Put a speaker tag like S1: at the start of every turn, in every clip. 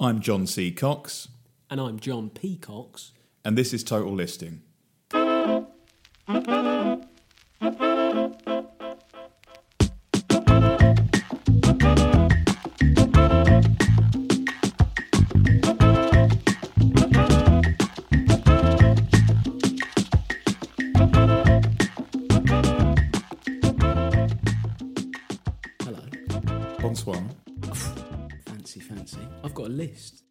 S1: I'm John C. Cox,
S2: And I'm John Peacocks.
S1: and this is Total Listing.
S2: Hello.
S1: Bonsoir.
S2: Fancy, fancy. I've got a list.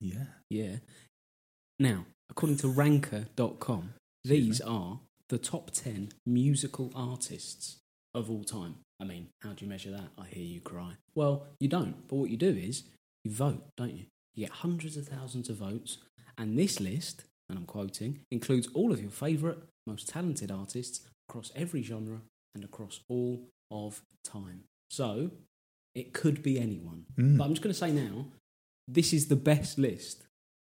S1: Yeah.
S2: Yeah. Now, according to ranker.com, these are the top 10 musical artists of all time. I mean, how do you measure that? I hear you cry. Well, you don't. But what you do is you vote, don't you? You get hundreds of thousands of votes. And this list, and I'm quoting, includes all of your favourite, most talented artists across every genre and across all of time. So it could be anyone.
S1: Mm.
S2: But I'm just going to say now this is the best list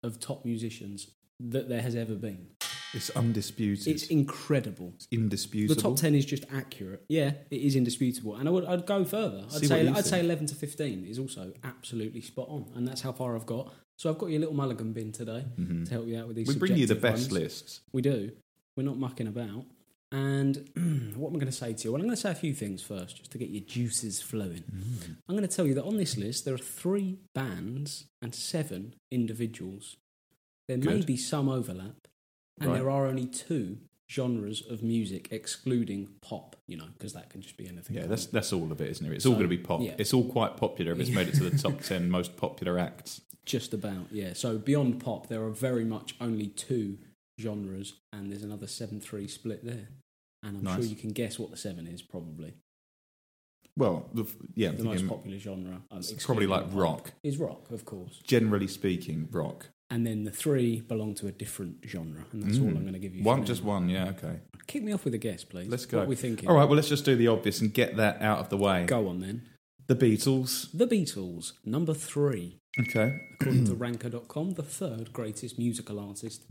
S2: of top musicians that there has ever been.
S1: It's undisputed.
S2: It's incredible.
S1: It's indisputable.
S2: The top ten is just accurate. Yeah, it is indisputable, and I would I'd go further. I'd
S1: See what
S2: say
S1: you
S2: I'd
S1: think.
S2: say eleven to fifteen is also absolutely spot on, and that's how far I've got. So I've got your little mulligan bin today to help you out with these.
S1: Mm-hmm. We bring you the
S2: subjective
S1: best
S2: ones.
S1: lists.
S2: We do. We're not mucking about. And what am I going to say to you? Well, I'm going to say a few things first, just to get your juices flowing.
S1: Mm.
S2: I'm going to tell you that on this list there are three bands and seven individuals. There may
S1: Good.
S2: be some overlap, and
S1: Right.
S2: there are only two genres of music, excluding pop. You know, because that can just be anything.
S1: Yeah,
S2: can't
S1: that's
S2: it?
S1: that's all of it, isn't it? It's
S2: So,
S1: all going to be pop.
S2: yeah.
S1: It's all quite popular if it's made it to the top ten most popular acts.
S2: just about yeah. So beyond pop, there are very much only two genres, and there's another seven-three split there. And I'm sure
S1: Nice.
S2: you can guess what the seven is probably.
S1: Well, the, f- yeah, I'm
S2: the most
S1: thinking,
S2: popular genre. um,
S1: it's probably
S2: excluding
S1: like
S2: pop,
S1: rock.
S2: Is rock, of course.
S1: Generally speaking, rock.
S2: And then the three belong to a different genre, and that's all
S1: Mm.
S2: I'm going to give you. for
S1: One,
S2: now.
S1: just one. Yeah, okay.
S2: Kick me off with a guess, please.
S1: Let's go.
S2: What are we thinking?
S1: All right. Well, let's just do the obvious and get that out of the way.
S2: Go on then.
S1: The Beatles.
S2: The Beatles, number three,
S1: Okay.
S2: according to Ranker.com, the third greatest musical artist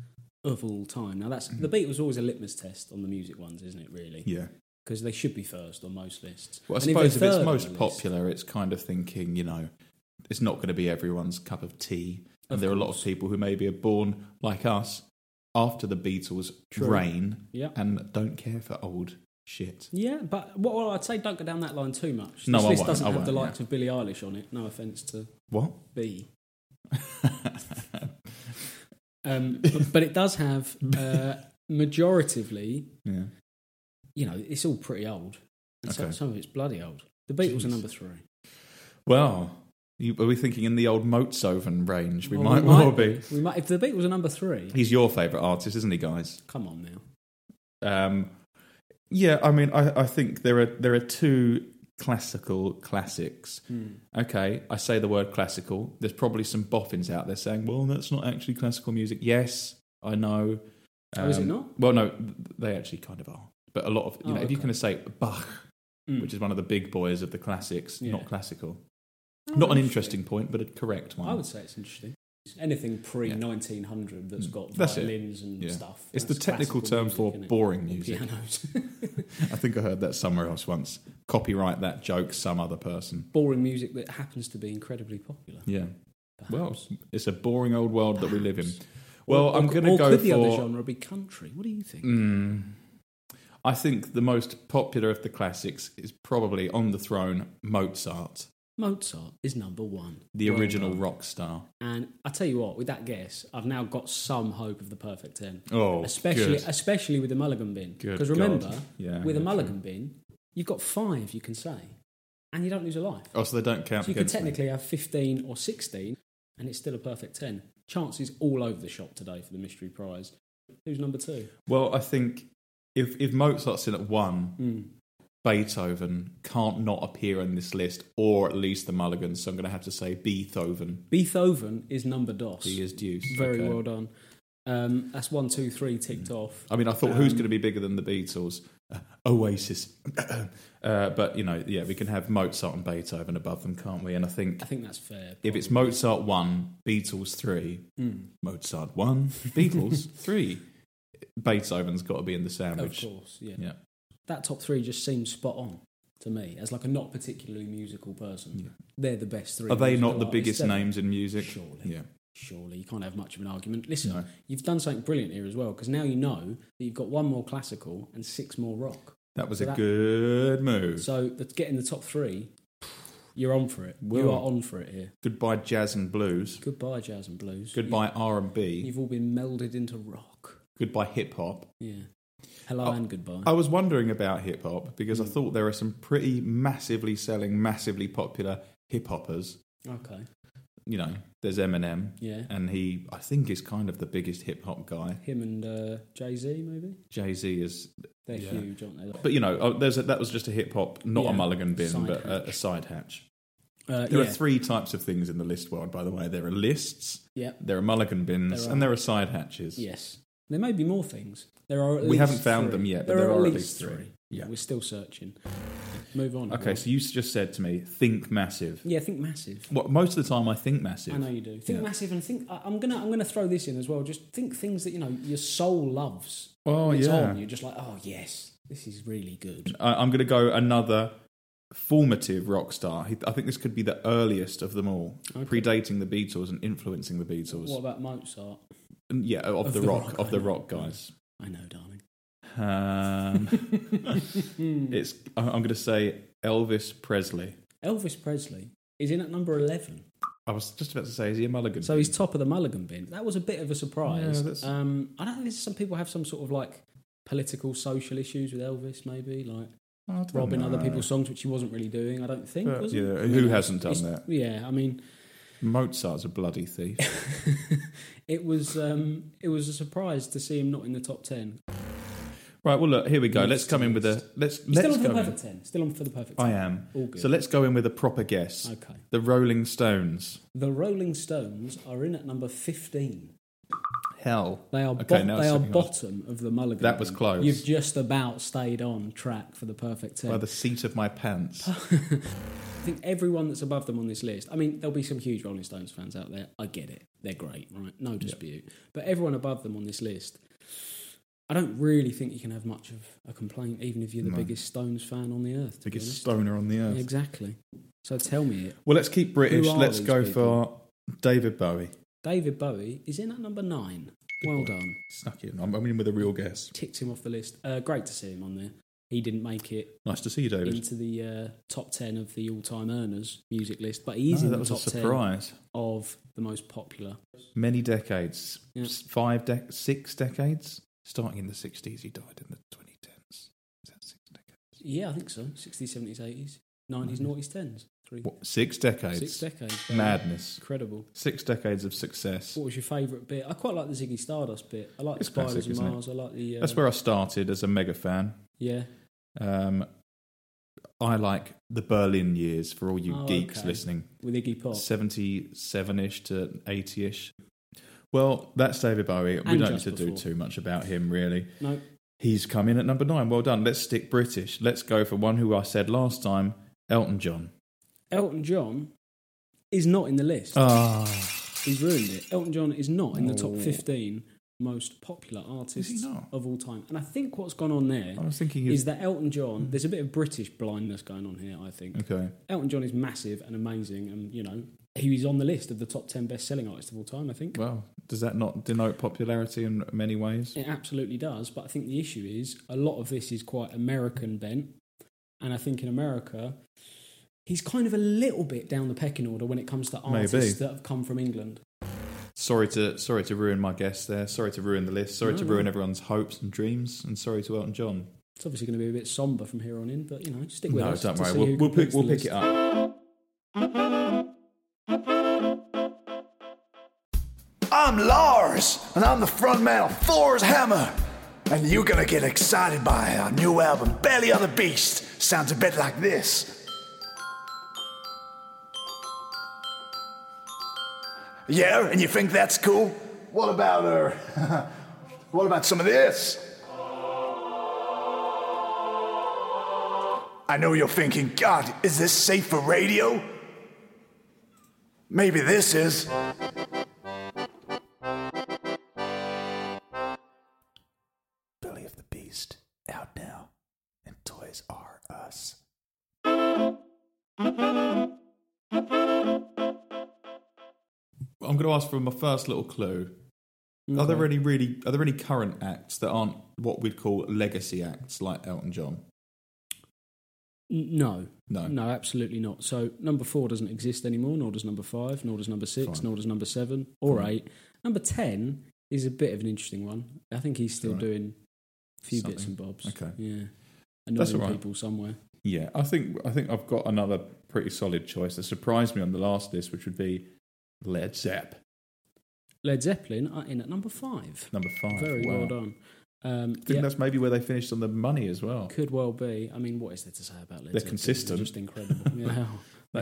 S2: of all time. Now, that's the Beatles are always a litmus test on the music ones, isn't it? Really,
S1: Yeah.
S2: because they should be first on most lists.
S1: Well, I
S2: And they're
S1: suppose if it's
S2: third on
S1: most
S2: the list-
S1: popular, it's kind of thinking, you know, it's not going to be everyone's cup of tea. And
S2: Of
S1: there are a lot of
S2: course.
S1: people who maybe are born like us after the Beatles'
S2: True.
S1: reign
S2: yeah,
S1: and don't care for old shit.
S2: Yeah, but well, well, I'd say don't go down that line too much.
S1: No,
S2: this
S1: I
S2: list
S1: won't,
S2: doesn't
S1: I
S2: have the
S1: won't,
S2: likes of Billie Eilish on it. No offense to
S1: What?
S2: B, um, but, but it does have uh, majoritively.
S1: yeah.
S2: You know, it's all pretty old. And so-
S1: Okay.
S2: some of it's bloody old. The Beatles are
S1: Jeez.
S2: number three.
S1: Well, you, are we thinking in the old Motsoven range? We
S2: Well,
S1: might well be.
S2: We might. If the Beatles are number three,
S1: He's your favourite artist, isn't he, guys?
S2: come on now.
S1: Um, yeah, I mean, I, I think there are there are two classical classics. Okay, I say the word classical. There's probably some boffins out there saying, "Well, that's not actually classical music." Yes, I know.
S2: Oh,
S1: Um,
S2: is it not?
S1: Well, no, th- they actually kind of are. But a lot of you
S2: Oh,
S1: know, if you
S2: okay.
S1: kind of say Bach,
S2: Mm.
S1: which is one of the big boys of the classics,
S2: Yeah. Oh,
S1: not classical. Not an interesting point, but a correct one.
S2: I would say it's interesting. Anything pre nineteen hundred that's got
S1: Hmm. That's it.
S2: violins and
S1: Yeah.
S2: stuff.
S1: it's the
S2: that's
S1: technical
S2: classical
S1: term
S2: music,
S1: for
S2: isn't it?
S1: boring
S2: Or
S1: music.
S2: Pianos.
S1: I think I heard that somewhere else once. Copyright that joke, some other person.
S2: boring music that happens to be incredibly popular.
S1: Yeah. Well,
S2: perhaps.
S1: it's a boring old world that we live in.
S2: Perhaps.
S1: Well,
S2: Or-
S1: I'm
S2: or-
S1: going to
S2: or
S1: go
S2: could
S1: for.
S2: the other genre be country? What do you think?
S1: Hmm. I think the most popular of the classics is probably on the throne Mozart,
S2: Mozart is number one.
S1: the
S2: Well
S1: original
S2: done.
S1: rock star.
S2: And I tell you what, with that guess, I've now got some hope of the perfect ten.
S1: Oh,
S2: especially,
S1: good.
S2: especially with the Mulligan bin.
S1: Good
S2: Because remember,
S1: God. Yeah,
S2: with a
S1: yeah,
S2: Mulligan bin, you've got five you can say, and you don't lose a life.
S1: Oh, so they don't count
S2: so you could
S1: against me.
S2: technically have fifteen or sixteen, and it's still a perfect ten. Chances all over the shop today for the mystery prize. Who's number two?
S1: Well, I think if if Mozart's in at one,
S2: Mm.
S1: Beethoven can't not appear on this list, or at least the Mulligan. So I'm going to have to say Beethoven.
S2: Beethoven is number dos.
S1: He is deuce.
S2: Very
S1: Okay.
S2: well done. Um, that's one, two, three ticked off.
S1: I mean, I thought who's
S2: Um,
S1: going to be bigger than the Beatles? Uh, Oasis. uh, but, you know, yeah, we can have Mozart and Beethoven above them, can't we? And I think
S2: I think that's fair.
S1: if it's Mozart 1, Beatles 3,
S2: Mm,
S1: Mozart 1, Beatles 3, Beethoven's got to be in the
S2: of
S1: sandwich.
S2: course, yeah.
S1: Yeah.
S2: That top three just seems spot on. to me as like a not particularly musical person.
S1: Yeah.
S2: They're the best three.
S1: Are they
S2: musical
S1: not the
S2: artists
S1: biggest
S2: ever?
S1: names in music?
S2: Surely.
S1: Yeah.
S2: Surely you can't have much of an argument. Listen,
S1: No.
S2: you've done something brilliant here as well because now you know that you've got one more classical and six more rock.
S1: That was
S2: So
S1: a
S2: that-
S1: good move.
S2: So that's getting the top three. You're on for it.
S1: Well.
S2: You are on for it here.
S1: Goodbye jazz and blues.
S2: Goodbye, jazz and blues.
S1: Goodbye R and
S2: You,
S1: B.
S2: have all been melded into rock.
S1: Goodbye hip hop.
S2: Yeah. Hello
S1: Oh,
S2: and goodbye.
S1: I was wondering about hip hop because
S2: Hmm.
S1: I thought there are some pretty massively selling, massively popular hip hoppers.
S2: okay.
S1: You know, there's Eminem,
S2: Yeah.
S1: and he I think is kind of the biggest hip hop guy.
S2: Him and uh, Jay Z, maybe?
S1: Jay Z is,
S2: They're
S1: Yeah.
S2: huge, aren't they?
S1: but you know, oh, there's a, that was just a hip hop, not
S2: Yeah.
S1: a mulligan bin,
S2: Side
S1: but a, a
S2: hatch.
S1: side hatch.
S2: uh,
S1: There
S2: yeah.
S1: are three types of things in the list world, by the way. There are lists,
S2: Yeah.
S1: there are mulligan bins,
S2: There are.
S1: and there are side hatches.
S2: Yes. There may be more things. There are at
S1: We
S2: least
S1: haven't found
S2: three.
S1: them yet, but there are at least three. Yeah.
S2: We're still searching. Move on.
S1: Okay, so you just said to me, think massive.
S2: yeah, think massive.
S1: Well, most of the time I think massive.
S2: I know you do. Think
S1: Yeah.
S2: massive and think. I- I'm gonna I'm gonna throw this in as well. Just think things that you know your soul loves.
S1: Oh,
S2: It's
S1: yeah.
S2: on. You're just like, oh yes, this is really good.
S1: I, I'm going to go another formative rock star. He- I think this could be the earliest of them all,
S2: Okay.
S1: predating the Beatles and influencing the Beatles.
S2: What about Mozart?
S1: And Yeah, of, the, rock, of
S2: I
S1: the
S2: know.
S1: rock guys.
S2: I know, darling.
S1: Um, it's I- I'm going to say Elvis Presley.
S2: Elvis Presley is in at number eleven,
S1: I was just about to say, is he a mulligan?
S2: so he's top of the Mulligan bin. That was a bit of a surprise.
S1: Yeah, that's-
S2: um, I don't think there's some people have some sort of like political social issues with Elvis, maybe like
S1: I don't
S2: robbing
S1: know.
S2: other people's songs, which he wasn't really doing. I don't think.
S1: But,
S2: was he?
S1: yeah,
S2: I
S1: who hasn't done
S2: it's-
S1: that?
S2: Yeah, I mean,
S1: Mozart's a bloody thief.
S2: it was um, it was a surprise to see him not in the top ten.
S1: right. Well, look here we go.
S2: Yes,
S1: Let's come in with a let's
S2: He's still
S1: let's
S2: on for
S1: go.
S2: the
S1: In.
S2: perfect ten. Still on for the perfect. 10.
S1: I am.
S2: All good.
S1: So let's go in with a proper guess.
S2: okay.
S1: The Rolling Stones.
S2: The Rolling Stones are in at number fifteen.
S1: Hell.
S2: They are
S1: Okay,
S2: bo-
S1: now
S2: they
S1: it's
S2: are
S1: second
S2: bottom of the Mulligan.
S1: That was
S2: bin.
S1: close.
S2: You've just about stayed on track for the perfect ten.
S1: By the seat of my pants.
S2: I think everyone that's above them on this list. I mean, there'll be some huge Rolling Stones fans out there. I get it; they're great, right? No dispute. But everyone above them on this list, I don't really think you can have much of a complaint, even if you're the
S1: No.
S2: biggest Stones fan on the earth. To be
S1: Biggest
S2: honest.
S1: stoner on the earth.
S2: Yeah, exactly. So tell me it.
S1: Well, let's keep British.
S2: Who are
S1: Let's
S2: these
S1: go
S2: people?
S1: for David Bowie.
S2: David Bowie is in at number nine.
S1: Good
S2: well
S1: boy.
S2: done.
S1: Snuck in. I'm, I'm in with a real guess.
S2: Ticked him off the list. Uh, great to see him on there. He didn't make it
S1: Nice to see you, David.
S2: into the uh, top 10 of the all-time earners music list but he's
S1: No,
S2: in
S1: that
S2: the
S1: was
S2: top
S1: a surprise.
S2: 10 of the most popular
S1: Many decades.
S2: Yeah.
S1: S- Five, dec six decades. Starting in the 60s, he died in the 2010s. Is that six decades?
S2: yeah i think so 60s 70s 80s 90s noughties 10s three
S1: What, six decades?
S2: six decades baby.
S1: Madness.
S2: incredible
S1: Six decades of success.
S2: what was your favourite bit i quite like the ziggy stardust bit i like
S1: It's
S2: the spiders
S1: classic,
S2: and
S1: isn't it?
S2: mars i like the uh,
S1: That's where I started as a mega fan.
S2: yeah
S1: Um, I like the Berlin years for all you
S2: Oh,
S1: geeks
S2: okay.
S1: listening.
S2: with iggy pop
S1: 77 ish to 80 ish. Well, that's David Bowie. we
S2: And
S1: don't need
S2: just
S1: to do
S2: before.
S1: too much about him, really.
S2: no
S1: He's come in at number nine. Well done. Let's stick British. Let's go for one who I said last time Elton John.
S2: elton john is not in the list
S1: Ah,
S2: he's ruined it elton john is not in the top
S1: Oh.
S2: 15 most popular artists
S1: not?
S2: of all time and i think what's gone on there
S1: I was thinking he
S2: is that Elton John. There's a bit of British blindness going on here, I think.
S1: Okay.
S2: Elton John is massive and amazing, and you know he was on the list of the top ten best-selling artists of all time. I think
S1: Well, does that not denote popularity in many ways?
S2: it absolutely does. But I think the issue is a lot of this is quite American bent, and I think in America. He's kind of a little bit down the pecking order when it comes to artists
S1: Maybe.
S2: that have come from England.
S1: Sorry to sorry to ruin my guess there. Sorry to ruin the list. Sorry
S2: No,
S1: to
S2: no.
S1: ruin everyone's hopes and dreams. And sorry to Elton John.
S2: It's obviously going to be a bit somber from here on in, but you know, stick with
S1: No,
S2: us.
S1: don't
S2: to
S1: worry.
S2: see
S1: We'll,
S2: who
S1: we'll pick
S2: completes the
S1: we'll pick it
S2: list.
S1: up.
S3: I'm Lars, and I'm the front man of Thor's Hammer. And you're gonna get excited by our new album, Belly of the Beast. Sounds a bit like this. Yeah, and you think that's cool? What about uh what about some of this? I know you're thinking, God, is this safe for radio? Maybe this is. Belly of the Beast, out now, and Toys Are Us.
S1: I'm going to ask for my first little clue. Are
S2: Okay.
S1: there any really are there any current acts that aren't what we'd call legacy acts like Elton John?
S2: N- No.
S1: No.
S2: No, absolutely not. So number four doesn't exist anymore, nor does number five, nor does number six,
S1: Fine.
S2: nor does number seven or eight. Number ten is a bit of an interesting one. I think he's still
S1: Right.
S2: doing a few bits and
S1: Something.
S2: bobs.
S1: Okay.
S2: Yeah.
S1: That's
S2: Annoying
S1: all right.
S2: people somewhere.
S1: Yeah, I think I think I've got another pretty solid choice that surprised me on the last list, which would be Led Zepp,
S2: Led Zeppelin are in at number five.
S1: number five.
S2: Very
S1: Wow.
S2: well done. Um,
S1: I think
S2: yeah,
S1: that's maybe where they finished on the money as well.
S2: could well be. I mean, what is there to say about Led
S1: They're
S2: Zeppelin?
S1: consistent.
S2: They're just incredible. Yeah.
S1: That is
S2: They're con-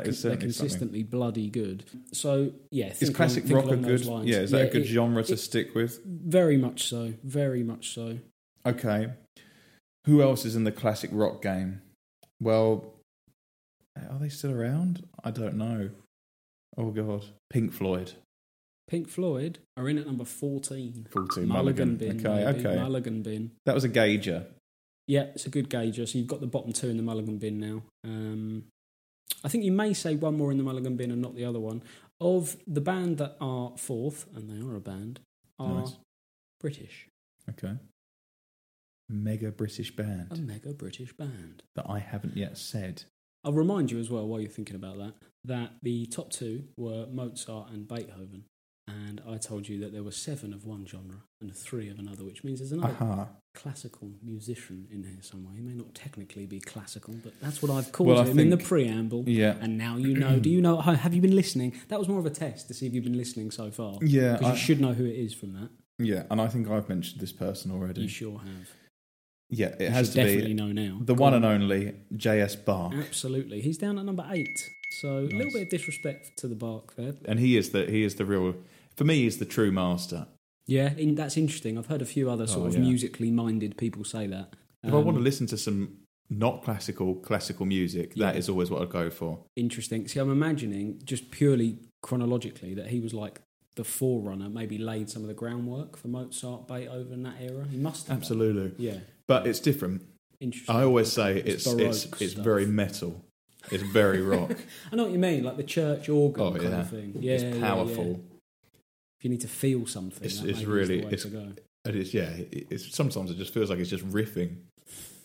S2: they're
S1: certainly something.
S2: consistently bloody good. So yeah,
S1: Is
S2: think
S1: classic
S2: along, think
S1: rock a
S2: along those
S1: good?
S2: lines.
S1: Yeah, is that a good
S2: it-
S1: genre to
S2: it-
S1: stick with?
S2: Very much so. Very much so.
S1: Okay. Who else is in the classic rock game? Well, are they still around? I don't know. Oh God, Pink Floyd,
S2: Pink Floyd are in at number fourteen.
S1: fourteen
S2: Mulligan
S1: Mulligan.
S2: bin.
S1: Okay,
S2: maybe.
S1: okay.
S2: Mulligan bin.
S1: that was a gauger.
S2: Yeah, it's a good gauger. So you've got the bottom two in the Mulligan bin now. Um, I think you may say one more in the Mulligan bin and not the other one. Of the band that are fourth, and they are a band, are
S1: Nice.
S2: British.
S1: Okay. Mega British band
S2: A mega British band.
S1: that I haven't yet said.
S2: I'll remind you as well, while you're thinking about that, that the top two were Mozart and Beethoven. And I told you that there were seven of one genre and three of another, which means there's another
S1: Aha.
S2: classical musician in here somewhere. He may not technically be classical, but that's what I've called
S1: Well, I
S2: him in the
S1: think-
S2: preamble.
S1: Yeah.
S2: And now you know. Do you know? at home? Have you been listening? That was more of a test to see if you've been listening so far.
S1: Yeah.
S2: Because
S1: I-
S2: you should know who it is from that.
S1: yeah, and I think I've mentioned this person
S2: You
S1: already.
S2: sure have.
S1: yeah, it
S2: You
S1: has
S2: should
S1: to
S2: definitely
S1: be
S2: know now.
S1: the
S2: Go
S1: one
S2: on. Mm.
S1: and only J.S. Bach.
S2: Absolutely. He's down at number eight. So a little
S1: Nice.
S2: bit of disrespect to the bark there.
S1: And he is the he is the real for me he's the true master.
S2: Yeah, in, that's interesting. I've heard a few other sort
S1: Oh,
S2: of
S1: yeah.
S2: musically minded people say that.
S1: If I want to
S2: Um,
S1: listen to some not classical classical music, that
S2: Yeah.
S1: is always what I'd go for.
S2: interesting. See, I'm imagining just purely chronologically that he was like the forerunner, maybe laid some of the groundwork for Mozart, Beethoven, that era. He must have. done.
S1: Absolutely,
S2: Yeah,
S1: but it's different.
S2: interesting.
S1: I always say it's
S2: It's
S1: it's
S2: baroque
S1: it's
S2: stuff.
S1: very metal. It's very rock.
S2: I know what you mean, like the church organ
S1: Oh,
S2: kind
S1: yeah.
S2: of thing. Yeah, yeah,
S1: it's
S2: yeah.
S1: powerful.
S2: If you need to feel something,
S1: It's-
S2: that
S1: it's
S2: maybe is
S1: really-
S2: the way
S1: it's-
S2: to go.
S1: And it's yeah. it- It's sometimes it just feels like it's just riffing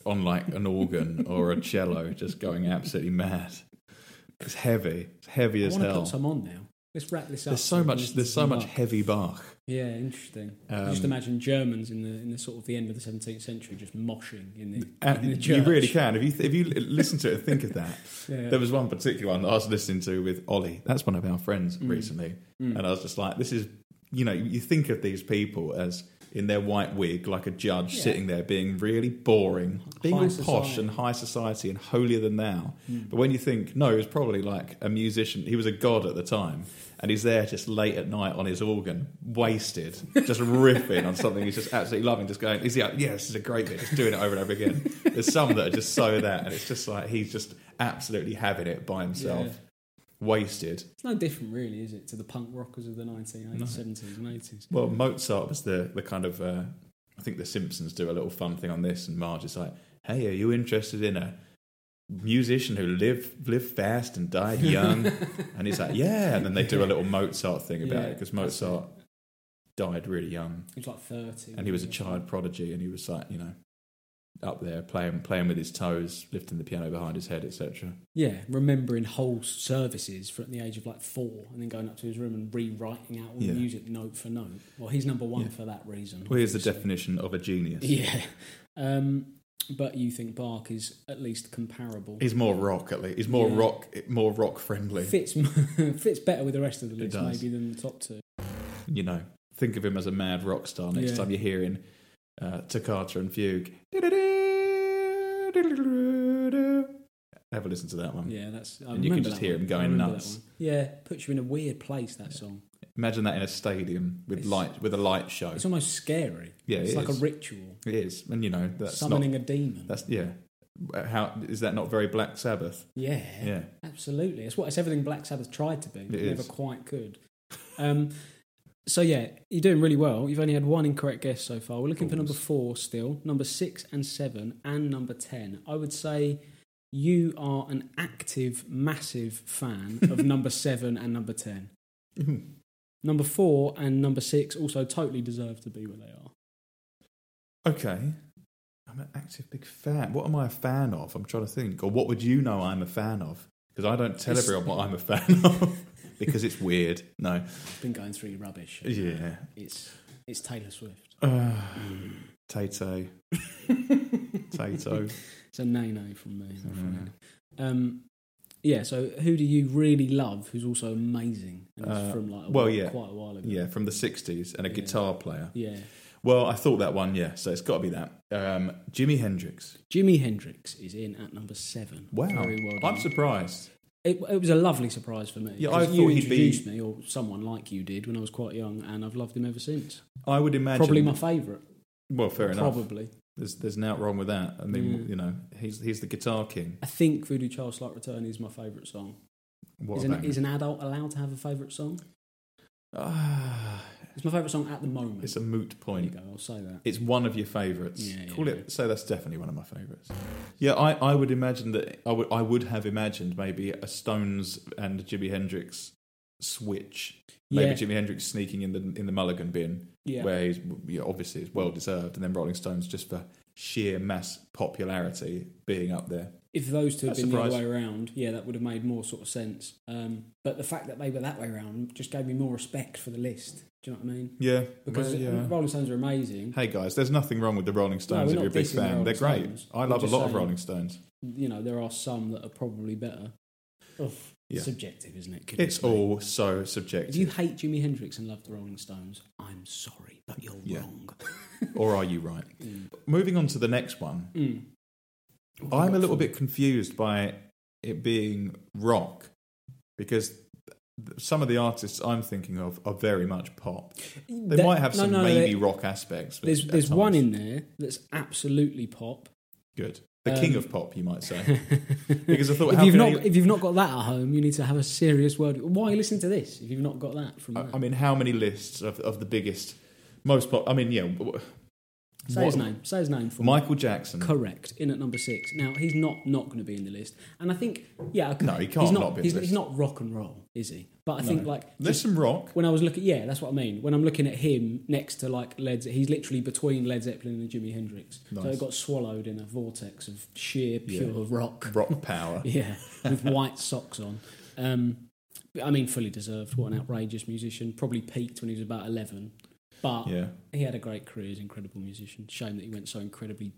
S1: on like an organ or a cello, just going absolutely mad. It's heavy. It's heavy
S2: I
S1: as
S2: want to put
S1: hell.
S2: some on now. Let's wrap this up.
S1: There's
S2: we
S1: so
S2: can
S1: much.
S2: listen
S1: There's
S2: to
S1: so
S2: some
S1: much
S2: Bach.
S1: heavy Bach.
S2: Yeah, interesting.
S1: Um,
S2: just imagine Germans in the in the sort of the end of the 17th century just moshing in the,
S1: And
S2: in the
S1: uh, you
S2: church.
S1: really can. If you if you listen to it and think of that,
S2: Yeah.
S1: there was one particular one that I was listening to with Ollie. That's one of our friends
S2: Mm.
S1: recently, and I was just like, "This is," you know, you think of these people as in their white wig, like a judge
S2: Yeah.
S1: sitting there being really boring, being
S2: High
S1: all posh
S2: society.
S1: and high society and holier than thou. But when you think, no, he was probably like a musician. He was a god at the time, and he's there just late at night on his organ, wasted, just riffing on something he's just absolutely loving. Just going, is he? Out? Yeah, this is a great bit. Just doing it over and over again. There's some that are just so that, and it's just like he's just absolutely having it by himself,
S2: Yeah.
S1: wasted.
S2: It's no different, really, is it, to the punk rockers of the 1980s, 70s, and 80s?
S1: Well, Mozart was the the kind of uh, I think the Simpsons do a little fun thing on this, and Marge is like, "Hey, are you interested in a musician who lived lived fast and died young?" and he's like, "Yeah," and then they do a little Mozart thing about
S2: Yeah,
S1: it because
S2: that's
S1: Mozart died really young,
S2: He was like 30.
S1: and he was a
S2: wasn't
S1: child prodigy, and he was like, you know. Up there, playing playing with his toes, lifting the piano behind his head, etc.
S2: Yeah, remembering whole services from the age of like four and then going up to his room and rewriting out all
S1: Yeah.
S2: the music note for note. Well, he's number one
S1: Yeah.
S2: for that reason.
S1: Well, here's the
S2: obviously.
S1: definition of a genius.
S2: Yeah. Um, but you think Bach is at least comparable.
S1: He's more rock, at least. He's more
S2: Yeah.
S1: rock, more rock friendly.
S2: Fits, fits better with the rest of the list,
S1: does.
S2: maybe, than the top two.
S1: you know, think of him as a mad rock star next
S2: Yeah.
S1: time you're hearing uh, Toccata and Fugue. Have a listen to that one.
S2: Yeah, that's. I
S1: And you can
S2: remember
S1: just
S2: that
S1: hear
S2: one.
S1: him
S2: I
S1: going
S2: remember
S1: nuts.
S2: that one. Yeah, puts you in a weird place. That song.
S1: Imagine that in a stadium with
S2: It's-
S1: light with a light show.
S2: It's almost scary.
S1: Yeah,
S2: it's
S1: it
S2: like
S1: is.
S2: a ritual,
S1: It is, and you know that's
S2: summoning
S1: not
S2: a demon.
S1: that's yeah. How is that not very Black Sabbath?
S2: Yeah,
S1: Yeah.
S2: absolutely. It's what it's everything Black Sabbath tried to be, but
S1: It
S2: never
S1: is.
S2: quite could. Um, so yeah, you're doing really well. You've only had one incorrect guess so far. We're looking for number four still, number six and seven, and number ten. I would say you are an active, massive fan of number seven and number ten. Number four and number six also totally deserve to be where they are.
S1: Okay. I'm an active big fan. What am I a fan of? I'm trying to think. Or what would you know I'm a fan of? Because I don't tell
S2: It's-
S1: everyone what I'm a fan of because it's weird. No.
S2: It's been going through rubbish.
S1: Yeah.
S2: It's it's Taylor Swift. Mm.
S1: Uh, Tato. Tato.
S2: It's a no no from me. I'm afraid.
S1: Mm.
S2: Um, yeah. So who do you really love? Who's also amazing and it's
S1: Uh,
S2: from like a
S1: well,
S2: while-
S1: yeah.
S2: quite a while ago.
S1: Yeah, from the 60s and a guitar player.
S2: Yeah.
S1: Well, I thought that one, yeah. So it's got to be that. Um, Jimi Hendrix.
S2: Jimi Hendrix is in at number seven.
S1: Wow.
S2: Very well done.
S1: I'm surprised.
S2: It, it was a lovely surprise for me.
S1: Yeah,
S2: 'cause
S1: I
S2: you
S1: thought he'd be-
S2: introduced me, or someone like you did, when I was quite young, and I've loved him ever since.
S1: I would imagine.
S2: Probably my favourite.
S1: Well, fair enough.
S2: Probably.
S1: There's, there's nothing wrong with that. I mean,
S2: Yeah.
S1: you know, he's, he's the guitar king.
S2: I think Voodoo Child Slight Return is my favourite song.
S1: What
S2: Is
S1: a
S2: an,
S1: banger.
S2: is an adult allowed to have a favourite song?
S1: Ah,
S2: It's my favourite song at the moment.
S1: it's a moot
S2: there you
S1: point.
S2: go, I'll say that.
S1: It's one of your favourites.
S2: Yeah, yeah,
S1: Call it. So that's definitely one of my favourites. Yeah, I, I would imagine that I would I would have imagined maybe a Stones and Jimi Hendrix switch. Maybe
S2: Yeah.
S1: Jimi Hendrix sneaking in the in the Mulligan bin,
S2: Yeah.
S1: where he's yeah, obviously it's well deserved, and then Rolling Stones just for sheer mass popularity being up there.
S2: If those two had
S1: That's
S2: been the other way
S1: surprising.
S2: around, yeah, that would have made more sort of sense. Um, but the fact that they were that way around just gave me more respect for the list. Do you know what I mean?
S1: Yeah,
S2: Because
S1: well, yeah.
S2: Rolling Stones are amazing.
S1: Hey guys, there's nothing wrong with the Rolling
S2: we're
S1: Stones if
S2: not
S1: you're a big
S2: dissing the
S1: fan.
S2: Rolling
S1: They're great.
S2: Stones.
S1: I
S2: We're
S1: love a
S2: just
S1: lot of
S2: saying-
S1: Rolling Stones.
S2: You know, there are some that are probably better. Ugh,
S1: Yeah.
S2: Subjective, isn't it? Goodness
S1: It's
S2: me.
S1: all so
S2: If
S1: subjective.
S2: you hate Jimi Hendrix and love the Rolling Stones, I'm sorry, but you're
S1: Yeah.
S2: wrong.
S1: or are you right? Moving on to the next one,
S2: Mm.
S1: I'm a little bit confused by it being rock because th- some of the artists I'm thinking of are very much pop. They
S2: That-
S1: might have
S2: no,
S1: some
S2: no,
S1: maybe
S2: there-
S1: rock aspects. but
S2: There's
S1: at
S2: there's one
S1: times-
S2: in there that's absolutely pop.
S1: good. The king
S2: Um,
S1: of pop, you might say, because I thought
S2: if
S1: how
S2: you've
S1: can
S2: not
S1: any-
S2: if you've not got that at home, you need to have a serious word. Why listen to this if you've not got that from?
S1: I
S2: that?
S1: I mean, how many lists of, of the biggest, most pop? I mean, yeah, w-
S2: Say his name. Say his name for me.
S1: Michael Jackson.
S2: Correct. In at number six. Now he's not not going to be in the list, and I think yeah. okay,
S1: No, he can't
S2: he's
S1: not be in
S2: he's,
S1: the
S2: he's
S1: list.
S2: not rock and roll, is he? But I think like
S1: There's some rock.
S2: when I was looking, yeah, that's what I mean. When I'm looking at him next to like Led, Ze- he's literally between Led Zeppelin and Jimi Hendrix. So
S1: Nice.
S2: he got swallowed in a vortex of sheer
S1: Yeah.
S2: pure rock.
S1: rock power.
S2: Yeah, with white socks on. Um, but I mean, fully deserved. What an outrageous musician. Probably peaked when he was about eleven, but
S1: yeah.
S2: he had a great career. He's an incredible musician. Shame that he went so incredibly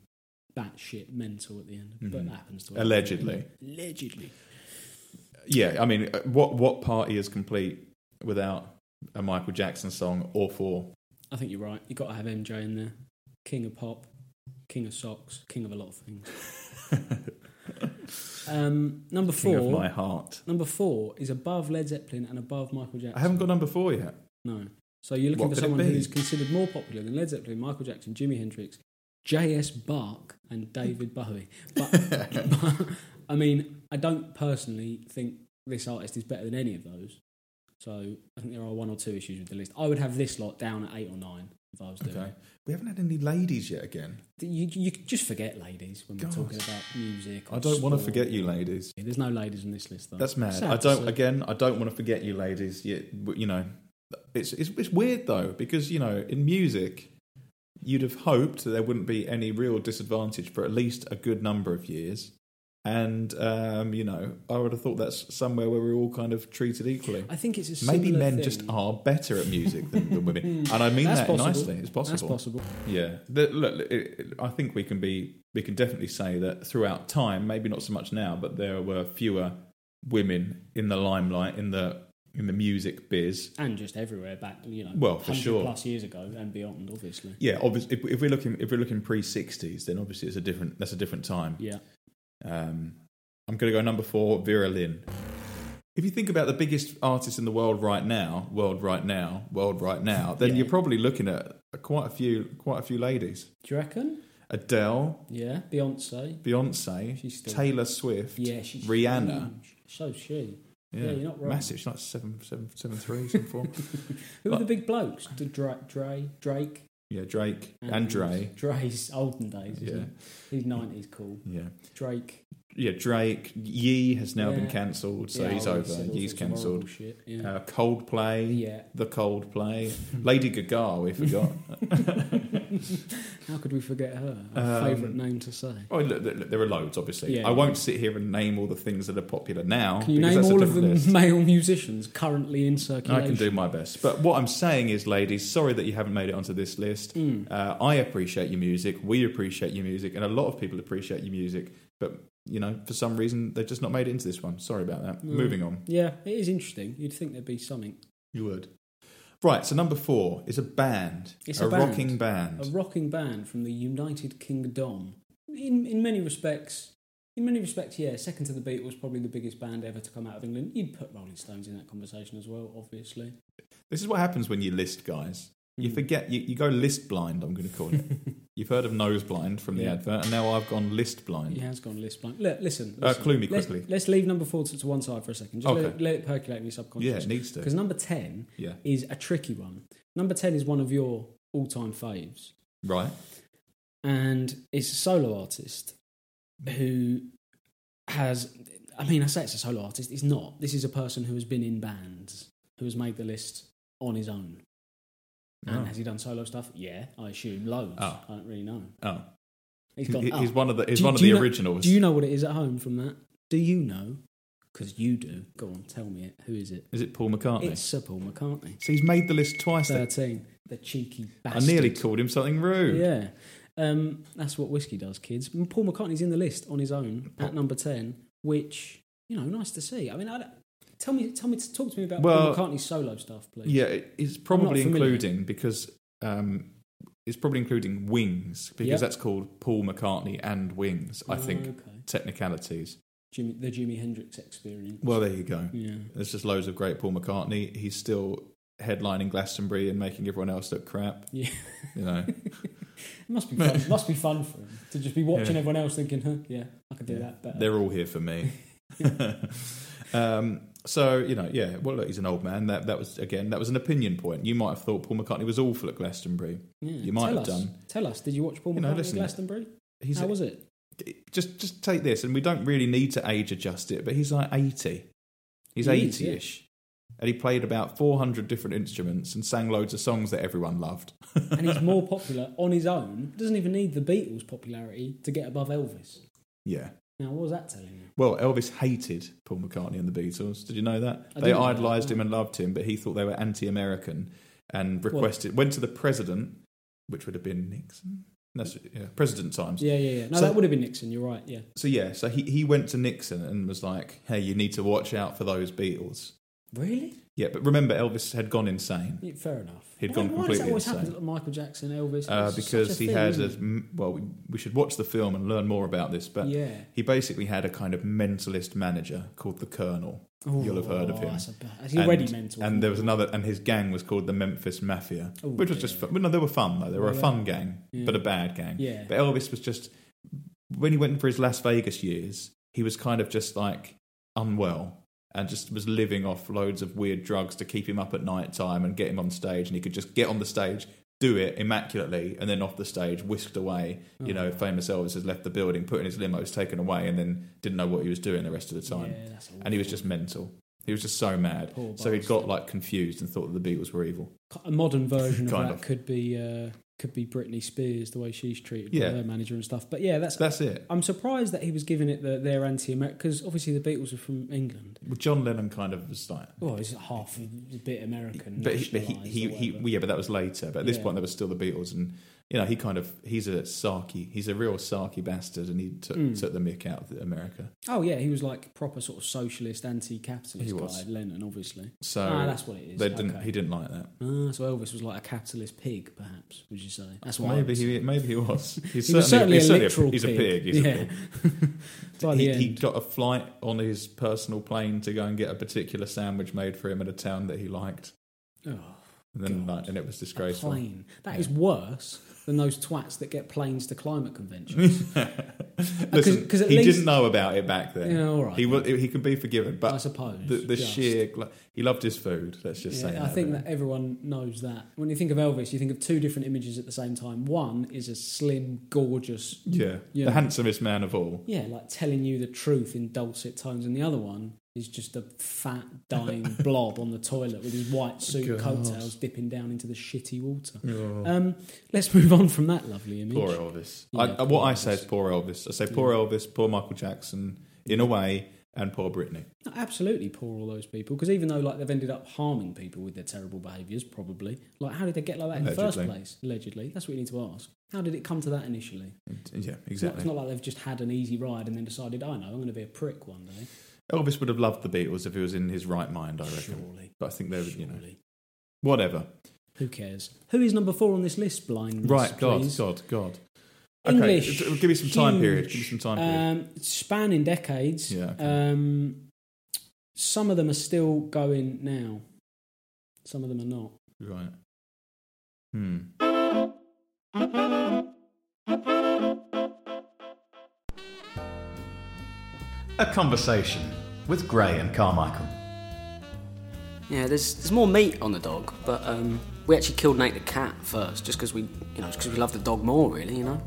S2: batshit mental at the end. But that happens to everyone.
S1: Mm-hmm. Allegedly.
S2: Allegedly.
S1: Yeah, I mean, uh, what what party is complete without a Michael Jackson song or four?
S2: I think you're right. You got to have MJ in there. King of pop, king of socks, king of a lot of things. um, number
S1: King of my
S2: four.
S1: heart.
S2: Number four is above Led Zeppelin and above Michael Jackson.
S1: I haven't got number four yet.
S2: No. So you're looking
S1: What
S2: for
S1: could it
S2: someone
S1: be?
S2: who's considered more popular than Led Zeppelin, Michael Jackson, Jimi Hendrix, J.S. Bach, and David Bowie. But, but, I mean, I don't personally think this artist is better than any of those. So I think there are one or two issues with the list. I would have this lot down at eight or nine if I was doing
S1: Okay,
S2: it.
S1: we haven't had any ladies yet. Again,
S2: You, you could just forget ladies when we're
S1: God.
S2: talking about music. or
S1: I don't want to
S2: sport.
S1: forget you, ladies.
S2: There's no ladies in this list, though.
S1: That's mad.
S2: Sad
S1: I
S2: to
S1: don't.
S2: see.
S1: Again, I don't want to forget you, ladies. You, you know, it's, it's it's weird though because you know in music. You'd have hoped that there wouldn't be any real disadvantage for at least a good number of years, and um, you know I would have thought that's somewhere where we're all kind of treated equally.
S2: I think it's a
S1: Maybe
S2: similar
S1: men
S2: thing.
S1: just are better at music than, than women, and I mean
S2: That's
S1: that
S2: possible.
S1: nicely. It's possible.
S2: That's possible.
S1: Yeah. The- look, it, it- I think we can be we can definitely say that throughout time, maybe not so much now, but there were fewer women in the limelight in the in the music biz.
S2: and just everywhere back, you know,
S1: Well, for
S2: 100
S1: sure.
S2: plus years ago and beyond, obviously.
S1: Yeah, obviously, if, if we're looking if we're looking pre sixties, then obviously it's a different that's a different time.
S2: Yeah,
S1: Um, I'm going to go number four, Vera Lynn. If you think about the biggest artists in the world right now, world right now, world right now, then
S2: Yeah.
S1: you're probably looking at quite a few, quite a few ladies:
S2: do you reckon?
S1: Adele,
S2: Yeah, Beyonce.
S1: Beyonce,
S2: She's still-
S1: Taylor Swift,
S2: Yeah, she's
S1: Rihanna.
S2: huge. So is she.
S1: Yeah,
S2: Yeah, you're not wrong.
S1: massive. She's like seven, seven, seven, three, seven, four.
S2: Who are the big blokes? D- Dra- Dre, Drake,
S1: Yeah, Drake and Dre.
S2: Dre's olden days. Isn't
S1: Yeah.
S2: he? he's nineties cool.
S1: Yeah.
S2: Drake.
S1: Yeah, Drake. Yee has now been
S2: Yeah.
S1: cancelled, so
S2: yeah,
S1: he's
S2: all
S1: over.
S2: these sorts
S1: Yee's
S2: of horrible
S1: cancelled.
S2: Shit. Yeah.
S1: Uh, Coldplay.
S2: Yeah.
S1: The Coldplay. Lady Gaga, we forgot.
S2: How could we forget her?
S1: Um,
S2: Our favourite name to say.
S1: oh, look, look, look, there are loads, obviously.
S2: Yeah,
S1: I
S2: yeah.
S1: won't sit here and name all the things that are popular now.
S2: Can you
S1: because
S2: name
S1: that's a
S2: all of the
S1: different list.
S2: male musicians currently in
S1: I
S2: circulation?
S1: can do my best. But what I'm saying is, ladies, sorry that you haven't made it onto this list.
S2: Hmm.
S1: Uh, I appreciate your music. We appreciate your music. And a lot of people appreciate your music. But, you know, for some reason, they've just not made it into this one. Sorry about that.
S2: Hmm.
S1: Moving on.
S2: Yeah, it is interesting. You'd think there'd be something.
S1: You would. Right, so number four is a band.
S2: It's a band.
S1: rocking band.
S2: A rocking band from the United Kingdom. In in many respects, in many respects, yeah, second to the Beatles, probably the biggest band ever to come out of England. You'd put Rolling Stones in that conversation as well, obviously.
S1: this is what happens when you list, guys.
S2: Hmm.
S1: You forget, you, you go list blind, I'm going to call it. You've heard of nose blind from the
S2: Yeah.
S1: advert, and now I've gone list blind.
S2: He has gone list blank. Look, listen,
S1: Uh,
S2: listen.
S1: clue me
S2: Let's-
S1: quickly.
S2: Let's, leave number four to, to one side for a second. Just let,
S1: Okay.
S2: it, let it percolate in your
S1: Yeah,
S2: subconscious.
S1: it needs to.
S2: Because number ten
S1: Yeah.
S2: is a tricky one. Number ten is one of your all-time faves.
S1: Right.
S2: and it's a solo artist
S1: Mm.
S2: who has I mean I say it's a solo artist it's not this is a person who has been in bands who has made the list on his own
S1: Oh.
S2: and has he done solo stuff yeah I assume loads
S1: Oh.
S2: I don't really know
S1: Oh.
S2: he's gone
S1: He- he's
S2: "Oh,
S1: one of the, he's
S2: do-
S1: one of
S2: do
S1: the
S2: you know-
S1: originals.
S2: do you know what it is at home from that do you know because you do go on tell me it who is it
S1: Is it Paul McCartney?
S2: it's Sir Paul McCartney
S1: So he's made the list twice. then.
S2: 13 the cheeky
S1: I
S2: bastard
S1: nearly called him something rude.
S2: Yeah. Um, that's what whiskey does, kids. And Paul McCartney's in the list on his own at number 10, which, you know, nice to see. I mean, I don't, tell me, tell me, talk to me about
S1: Well-
S2: Paul McCartney's solo stuff, please.
S1: Yeah, it- it's probably
S2: familiar.
S1: including because um, it's probably including Wings because
S2: Yeah.
S1: that's called Paul McCartney and Wings. I
S2: Oh,
S1: think
S2: okay.
S1: technicalities.
S2: Jimmy, the Jimi Hendrix experience.
S1: Well, there you go.
S2: Yeah.
S1: There's just loads of great Paul McCartney. He's still headlining Glastonbury and making everyone else look crap.
S2: Yeah.
S1: You know,
S2: It must be fun. must be fun for him to just be watching
S1: Yeah.
S2: everyone else thinking, huh, yeah, I could do that better.
S1: they're all here for me. um, so you know, yeah. Well, look, he's an old man. That that was again. That was an opinion point. You might have thought Paul McCartney was awful at Glastonbury.
S2: Yeah.
S1: you might
S2: Tell
S1: have
S2: us.
S1: done.
S2: Tell us, did you watch Paul
S1: You know,
S2: McCartney at
S1: listen.
S2: Glastonbury?
S1: He's
S2: How was it?
S1: just just take this, and we don't really need to age adjust it, but he's like eighty. He's
S2: He is,
S1: eighty ish. And he played about 400 different instruments and sang loads of songs that everyone loved.
S2: And he's more popular on his own. Doesn't even need the Beatles' popularity to get above Elvis.
S1: yeah.
S2: Now, what was that telling you?
S1: Well, Elvis hated Paul McCartney and the Beatles. Did you know that?
S2: I
S1: they
S2: didn't know
S1: idolised
S2: that,
S1: him and loved him, but he thought they were anti American and requested, went to the president, which would have been Nixon. That's yeah, president times.
S2: Yeah, yeah, yeah. No,
S1: So-
S2: that would have been Nixon. You're right. Yeah.
S1: So, yeah, so he, he went to Nixon and was like, hey, you need to watch out for those Beatles.
S2: Really?
S1: Yeah, but remember, Elvis had gone insane.
S2: Yeah, fair enough.
S1: He'd
S2: why,
S1: gone
S2: why does that
S1: completely
S2: always happen
S1: insane.
S2: to Michael Jackson, Elvis?
S1: uh,
S2: It's such
S1: because he
S2: thing,
S1: had
S2: isn't
S1: a
S2: it?
S1: well we, we should watch the film and learn more about this but
S2: Yeah.
S1: he basically had a kind of mentalist manager called the colonel you'll have heard of
S2: Oh,
S1: him
S2: that's a bad- He's already
S1: and,
S2: mental.
S1: and there was another and his gang was called the memphis mafia
S2: Oh,
S1: which was just fun well, no they were fun though they were a
S2: Yeah.
S1: fun gang
S2: Yeah.
S1: but a bad gang
S2: Yeah.
S1: but elvis was just when he went for his las vegas years he was kind of just like unwell and just was living off loads of weird drugs to keep him up at night time and get him on stage and he could just get on the stage do it immaculately and then off the stage whisked away you
S2: Oh.
S1: know famous elvis has left the building put in his limos taken away and then didn't know what he was doing the rest of the time
S2: Yeah, that's
S1: and he was just mental he was just so mad
S2: Poor
S1: so he'd got like confused and thought that the beatles were evil
S2: a modern version of
S1: Kind
S2: that
S1: of.
S2: could be uh, could be Britney Spears, the way she's treated
S1: Yeah.
S2: by her manager and stuff. But yeah, that's.
S1: that's it
S2: I'm surprised that he was giving it the, their anti-American because obviously the Beatles were from England.
S1: well, john lennon kind of was like
S2: Well, he's half a bit American.
S1: but he, but he,
S2: nationalised
S1: he,
S2: or
S1: he
S2: whatever.
S1: well, yeah, but that was later. But at this
S2: Yeah.
S1: point, there was still the Beatles, and you know, he kind of he's a sarky, he's a real sarky bastard, and he took,
S2: Hmm.
S1: took the mick out of America.
S2: Oh yeah, he was like proper sort of socialist, anti-capitalist
S1: He was.
S2: guy, Lennon, obviously.
S1: So
S2: ah, that's what it is.
S1: they didn't.
S2: Okay.
S1: He didn't like that.
S2: Ah, so Elvis was like a capitalist pig, perhaps. Would you say? That's why
S1: maybe he, maybe he was. He's
S2: He was certainly
S1: he's
S2: a literal
S1: he's
S2: pig.
S1: a pig. He's
S2: Yeah.
S1: a pig.
S2: by the
S1: He,
S2: end.
S1: he got a flight on his personal plane to go and get a particular sandwich made for him at a town that he liked,
S2: oh,
S1: and then
S2: God.
S1: like, and it was
S2: a
S1: disgraceful.
S2: plane. That is worse than those twats that get planes to climate conventions. Uh,
S1: Listen,
S2: 'cause at
S1: he
S2: least-
S1: didn't know about it back then.
S2: Yeah, all right.
S1: He will, he can be forgiven, but
S2: I suppose,
S1: the, the
S2: just.
S1: sheer gla- he loved his food. Let's just say
S2: Yeah,
S1: that.
S2: I think
S1: really.
S2: that everyone knows that. When you think of Elvis, you think of two different images at the same time. One is a slim, gorgeous,
S1: yeah,
S2: Yeah.
S1: the handsomest man of all.
S2: yeah, like telling you the truth in dulcet tones, and the other one is just a fat, dying blob on the toilet with his white suit
S1: God.
S2: coattails dipping down into the shitty water. Um, let's move on from that lovely image.
S1: Poor Elvis.
S2: Yeah,
S1: I,
S2: poor
S1: what I
S2: Elvis.
S1: say is poor Elvis. I say poor Elvis, poor Michael Jackson, in a way, and poor Britney.
S2: No, absolutely poor all those people because even though like they've ended up harming people with their terrible behaviours, probably like how did they get like that in the first
S1: Allegedly.
S2: place? Allegedly, that's what you need to ask. How did it come to that initially?
S1: Yeah,
S2: It's not,
S1: exactly.
S2: it's not like they've just had an easy ride and then decided, I know, I'm going to be a prick one day.
S1: Elvis would have loved the Beatles if he was in his right mind. I reckon.
S2: Surely.
S1: But I think they would, you know,
S2: Surely.
S1: whatever.
S2: Who cares? Who is number four on this list, blindness?
S1: Right, God,
S2: please?
S1: God, God.
S2: English.
S1: Okay, give me some time
S2: huge.
S1: period. Give me some time period.
S2: Um, span in decades.
S1: Yeah, okay.
S2: Um, some of them are still going now. Some of them are not.
S1: Right. Hmm.
S4: A conversation with Gray and Carmichael.
S5: Yeah, there's there's more meat on the dog, but um, we actually killed Nate the cat first, just because we, you know, because we love the dog more, really, you know.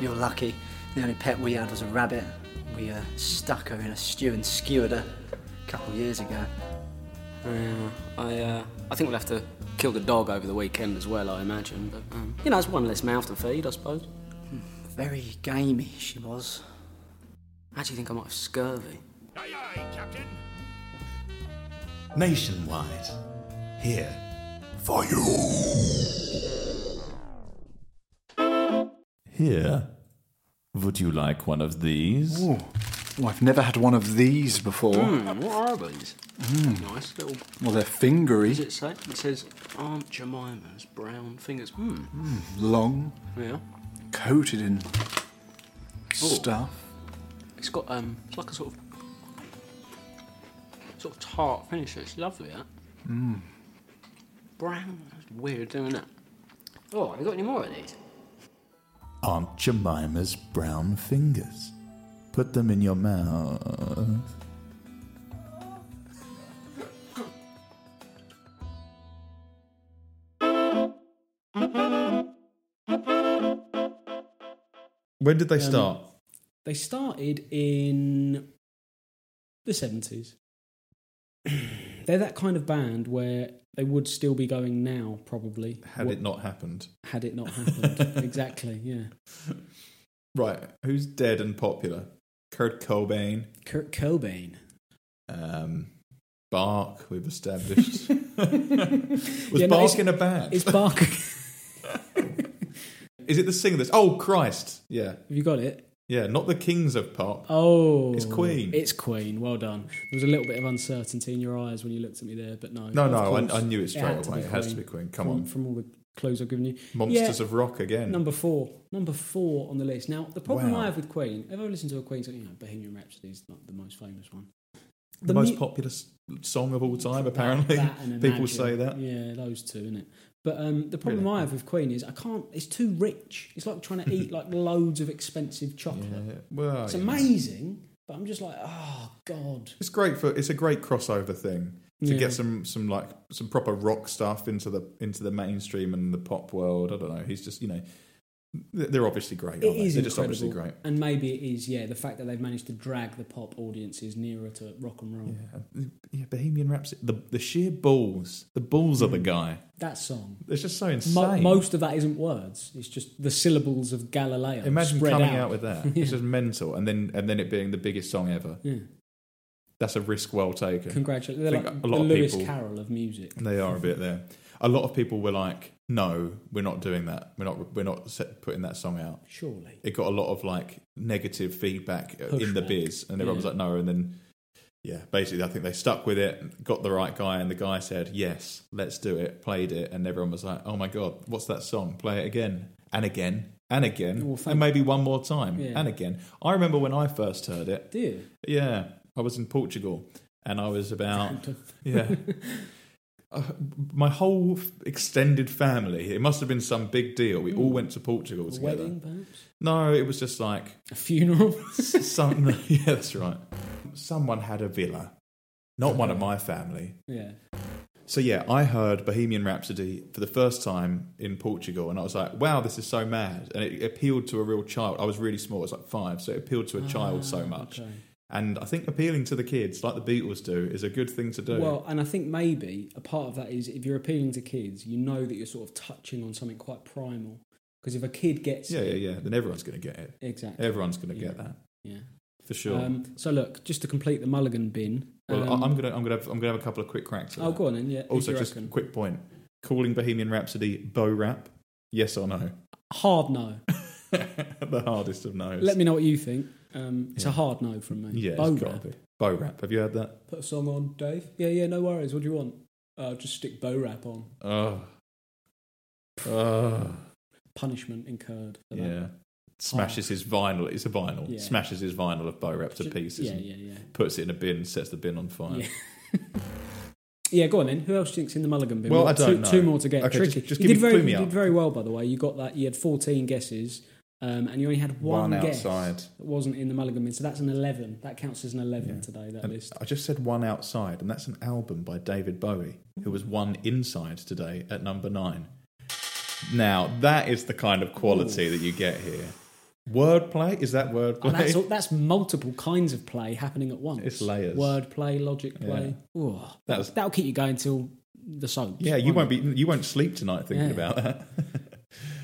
S6: You're lucky. The only pet we had was a rabbit. We uh, stuck her in a stew and skewered her a couple years ago.
S5: Yeah, I uh, I think we'll have to kill the dog over the weekend as well, I imagine. But um, you know, it's one less mouth to feed, I suppose.
S6: Very gamey she was.
S5: I actually think I might have scurvy.
S4: Nationwide. Here.
S3: For you.
S4: Here. Would you like one of these?
S7: Oh, I've never had one of these before.
S5: Hmm,
S7: Hmm.
S5: what are these? Nice little.
S7: Well, they're fingery,
S5: Does it say? It says Aunt Jemima's brown fingers. Hmm.
S7: long,
S5: Yeah.
S7: coated in
S5: Oh.
S7: stuff.
S5: It's got um, it's like a sort of sort of tart finish. It's lovely, that. Mm. Brown. That's weird doing that. Oh, have you got any more of these?
S4: Aunt Jemima's brown fingers. Put them in your mouth.
S1: When did they start?
S2: They started in the 70s. They're that kind of band where they would still be going now, probably,
S1: Had it not happened?
S2: had it not happened. exactly, yeah.
S1: Right. Who's dead and popular? Kurt Cobain.
S2: Kurt Cobain.
S1: Um, Bark. We've established. Was
S2: Yeah, no,
S1: Bark
S2: it's-
S1: in a band?
S2: It's Barker.
S1: Is it the singer? That's oh Christ. Yeah.
S2: Have you got it?
S1: Yeah. Not the Kings of Pop.
S2: Oh.
S1: It's Queen.
S2: It's Queen. Well done. There was a little bit of uncertainty in your eyes when you looked at me there, but no.
S1: No,
S2: of
S1: no, I-
S2: course.
S1: I knew it straight
S2: had to
S1: away. It has to be Queen. Come
S2: from,
S1: on.
S2: From all the clues I've given you.
S1: Monsters
S2: Yeah.
S1: of Rock again.
S2: Number four. Number four on the list. Now, the problem
S1: Wow.
S2: I have with Queen, ever listened to a Queen song, you know, Bohemian Rhapsody is not the most famous one.
S1: the,
S2: the
S1: most
S2: mu-
S1: popular s- song of all time, apparently.
S2: That and
S1: People
S2: Imagine.
S1: say that.
S2: Yeah, those two, innit? But um, the problem I have with Queen is I can't. It's too rich. It's like trying to eat like loads of expensive chocolate.
S1: Yeah, Well,
S2: It's
S1: yeah.
S2: amazing, but I'm just like, oh god.
S1: It's great for it's a great crossover thing to
S2: Yeah.
S1: get some some like some proper rock stuff into the into the mainstream and the pop world. I don't know. He's just you know th- they're obviously great.
S2: It
S1: Aren't they?
S2: is
S1: They're just
S2: incredible,
S1: obviously great.
S2: and maybe it is. Yeah, the fact that they've managed to drag the pop audiences nearer to rock and roll.
S1: Yeah, yeah, Bohemian Rhapsody. The the sheer balls. The balls are the guy.
S2: That song.
S1: It's just so
S2: Mm. Mo-
S1: insane.
S2: most of that isn't words. It's just the syllables of Galileo.
S1: Imagine
S2: spread
S1: coming out.
S2: out.
S1: with that.
S2: Yeah.
S1: It's just mental, and then and then it being the biggest song ever.
S2: Yeah.
S1: That's a risk well taken.
S2: Congratulations.
S1: I
S2: They're
S1: think
S2: like
S1: a
S2: a
S1: lot
S2: the
S1: of
S2: Lewis
S1: people-
S2: Carroll of music.
S1: They are a bit there. A lot of people were like, "No, we're not doing that. We're not. We're not set, putting that song out."
S2: Surely.
S1: It got a lot of like negative feedback uh in the
S2: Pushback.
S1: biz, and everyone was
S2: Yeah.
S1: like, "No." And then, yeah, basically, I think they stuck with it, got the right guy, and the guy said, "Yes, let's do it." Played it, and everyone was like, "Oh my god, what's that song? Play it again and again." And again,
S2: Well, thank-
S1: and maybe one more time,
S2: Yeah.
S1: and again. I remember when I first heard it,
S2: Do you?
S1: yeah, I was in Portugal and I was about yeah. uh, my whole f- extended family. It must have been some big deal. We all went to Portugal
S2: Hmm. A
S1: together.
S2: wedding, perhaps?
S1: No, it was just like
S2: A funeral?
S1: some. yeah, that's right. Someone had a villa, not one of my family.
S2: yeah.
S1: So yeah, I heard Bohemian Rhapsody for the first time in Portugal, and I was like, "Wow, this is so mad!" And it appealed to a real child. I was really small; I was like five, so it appealed to a child so much.
S2: Ah, okay.
S1: And I think appealing to the kids, like the Beatles do, is a good thing to do.
S2: Well, and I think maybe a part of that is if you're appealing to kids, you know that you're sort of touching on something quite primal. Because if a kid gets
S1: yeah,
S2: it,
S1: yeah, yeah. Then everyone's going to get it.
S2: exactly,
S1: Everyone's going to
S2: Yeah.
S1: get that
S2: yeah.
S1: for sure.
S2: Um, so look, just to complete the Mulligan bin.
S1: well,
S2: um,
S1: I, I'm gonna, I'm gonna, have, I'm gonna have a couple of quick cracks. at
S2: Oh,
S1: that.
S2: go on then. Yeah. who
S1: Also,
S2: do you
S1: just a
S2: reckon?
S1: quick point: calling Bohemian Rhapsody Bo Rap, yes or no?
S2: hard no.
S1: the hardest of no's.
S2: Let me know what you think. Um, it's a hard no from me.
S1: Yeah,
S2: Bo
S1: it's got
S2: rap.
S1: to be Bo Rap. Have you heard that?
S2: Put a song on, Dave. Yeah, yeah. No worries. What do you want? Uh, just stick bow rap on.
S1: Oh. Oh.
S2: Punishment incurred. For that.
S1: Yeah. Smashes his vinyl. It's a vinyl.
S2: Yeah.
S1: Smashes his vinyl of Bo Rap to
S2: Just-
S1: pieces.
S2: Yeah,
S1: and
S2: yeah, yeah.
S1: Puts it in a bin. Sets the bin on fire.
S2: Yeah. Yeah, go on then. Who else thinks in the Mulligan bin?
S1: Well,
S2: We've
S1: I
S2: got
S1: don't
S2: two,
S1: know.
S2: two more to get.
S1: Okay,
S2: Tricky.
S1: just- just
S2: you
S1: give
S2: did
S1: me-
S2: very,
S1: clue me
S2: you
S1: up.
S2: did very well, by the way. You got that. You had fourteen guesses, um, and you only had one,
S1: One
S2: guess
S1: outside.
S2: that wasn't in the Mulligan bin. So that's an eleven. That counts as an eleven today. That
S1: And
S2: list.
S1: I just said one outside, and that's an album by David Bowie, who was one inside today at number nine. Now that is the kind of quality that you get here. Wordplay is that wordplay?
S2: And Oh, that's, all- that's multiple kinds of play happening at once.
S1: It's layers.
S2: Word play, logic play. Ooh,
S1: That was-
S2: that'll keep you going till the soaps.
S1: yeah, you won't
S2: won't
S1: be you won't sleep tonight thinking
S2: Yeah.
S1: about that.
S2: it?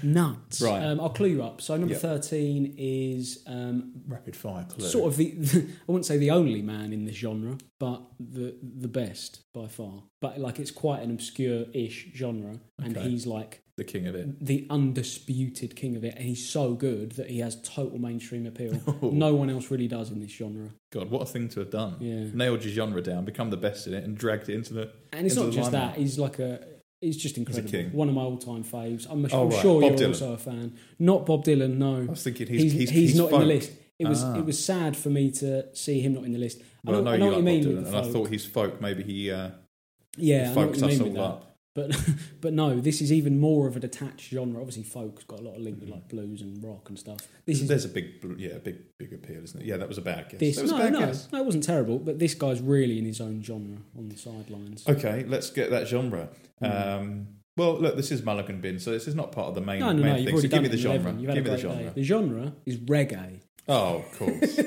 S2: nuts.
S1: Right.
S2: Um, I'll clue you up. So number
S1: Yep.
S2: thirteen is um,
S1: Rapid fire clue.
S2: sort of the, I wouldn't say the only man in this genre, but the the best by far. But like it's quite an obscure-ish genre, and
S1: Okay.
S2: he's like
S1: the king of it.
S2: the undisputed king of it, and he's so good that he has total mainstream appeal.
S1: Oh.
S2: No one else really does in this genre.
S1: God, what a thing to have done!
S2: Yeah.
S1: Nailed your genre down, become the best in it, and dragged it into the.
S2: And it's
S1: into
S2: not
S1: the
S2: just
S1: limelight.
S2: that. He's like a. He's just incredible.
S1: king.
S2: One of my all-time faves. I'm,
S1: Oh,
S2: I'm
S1: right.
S2: sure
S1: Bob Dylan.
S2: you're also a fan. Not Bob Dylan. No. I
S1: was thinking he's- he's- he's
S2: not in
S1: folk.
S2: the list. It was
S1: Ah.
S2: it was sad for me to see him not in the list. I
S1: Well,
S2: know,
S1: I
S2: I
S1: know,
S2: know
S1: you
S2: what
S1: like
S2: you
S1: Bob
S2: mean with
S1: Dylan, and
S2: the
S1: I
S2: folk.
S1: thought he's folk. Maybe he uh,
S2: yeah, I know what
S1: folks
S2: you mean
S1: us
S2: with
S1: all
S2: that.
S1: up.
S2: But but no, this is even more of a detached genre. Obviously, folk's got a lot of link with like blues and rock and stuff. This is
S1: There's a big, bl- yeah, big, big appeal, isn't it? Yeah, that was a bad guess.
S2: this.
S1: that was a
S2: No,
S1: bad
S2: no,
S1: guess.
S2: no, it wasn't terrible. But this guy's really in his own genre on the sidelines.
S1: Okay, let's get that genre. Um, well, look, this is Mulligan Bin, so this is not part of the main,
S2: No,
S1: main
S2: no, no.
S1: thing.
S2: You've
S1: So
S2: already
S1: give me
S2: done
S1: the
S2: it,
S1: genre.
S2: 11. You've had a
S1: Give me the
S2: great
S1: genre.
S2: day. The genre is reggae.
S1: Oh, of course.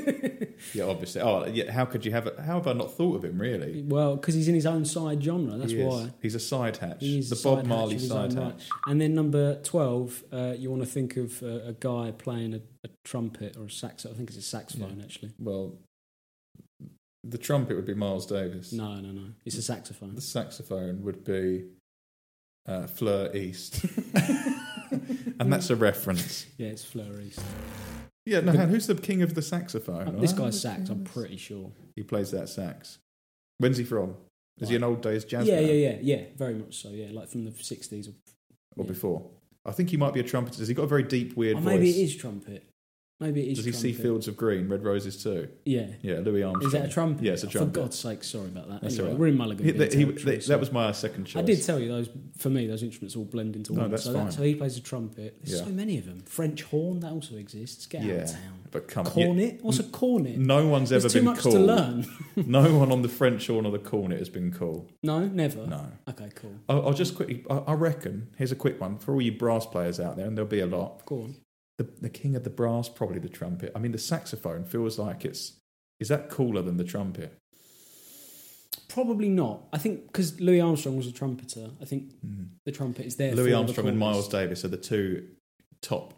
S1: yeah, obviously. Oh, yeah. How could you have? It? How have I not thought of him? Really?
S2: Well, because he's in his own side genre. That's
S1: He is.
S2: why.
S1: he's a side hatch.
S2: He is
S1: the
S2: a
S1: Bob
S2: side
S1: Marley
S2: hatch of his
S1: side
S2: own
S1: hatch.
S2: right. And then number 12, uh, you want to think of uh, a guy playing a, a trumpet or a sax. I think it's a saxophone, actually.
S1: Well, the trumpet would be Miles Davis.
S2: No, no, no. It's a saxophone.
S1: The saxophone would be uh, Fleur East, and that's a reference.
S2: Yeah, it's Fleur East.
S1: Yeah, no, who's the king of the saxophone?
S2: Uh, this
S1: Ah,
S2: guy's sax, I'm pretty sure.
S1: He plays that sax. When's he from? Is he an old days jazz
S2: yeah,
S1: band?
S2: yeah, yeah, yeah. Very much so, yeah. Like from the 60s. Or,
S1: Or
S2: yeah.
S1: before? I think he might be a trumpeter. Has he got a very deep, weird
S2: Or
S1: voice?
S2: Oh, maybe it is trumpet. Maybe it is
S1: Does he see
S2: trumpet.
S1: fields of green, red roses too?
S2: Yeah.
S1: Yeah, Louis Armstrong.
S2: Is that a trumpet?
S1: Yeah, it's a
S2: Oh,
S1: trumpet.
S2: For God's sake, sorry about that.
S1: That's
S2: anyway,
S1: all right.
S2: We're in Mulligan.
S1: He-
S2: Bean
S1: he-
S2: territory,
S1: that
S2: so-
S1: was my second choice.
S2: I did tell you those. For me, those instruments all blend into
S1: No,
S2: one.
S1: that's
S2: so,
S1: fine.
S2: That, so he plays a trumpet. There's
S1: Yeah.
S2: so many of them. French horn that also exists. Get out
S1: Yeah,
S2: of town.
S1: but come on,
S2: cornet. What's a cornet?
S1: No one's
S2: There's
S1: ever
S2: too
S1: been
S2: much
S1: cool.
S2: to learn.
S1: no one on the French horn or the cornet has been cool.
S2: no, never.
S1: No.
S2: Okay, cool.
S1: I'll, I'll just quickly. I, I reckon here's a quick one for all you brass players out there, and there'll be a lot.
S2: Go on.
S1: The, the king of the brass, probably the trumpet. I mean, the saxophone feels like it's. Is that cooler than the trumpet?
S2: Probably not. I think because Louis Armstrong was a trumpeter. I think the trumpet is there. for
S1: Mm-hmm. Louis
S2: the
S1: Armstrong and
S2: corners.
S1: Miles Davis are the two top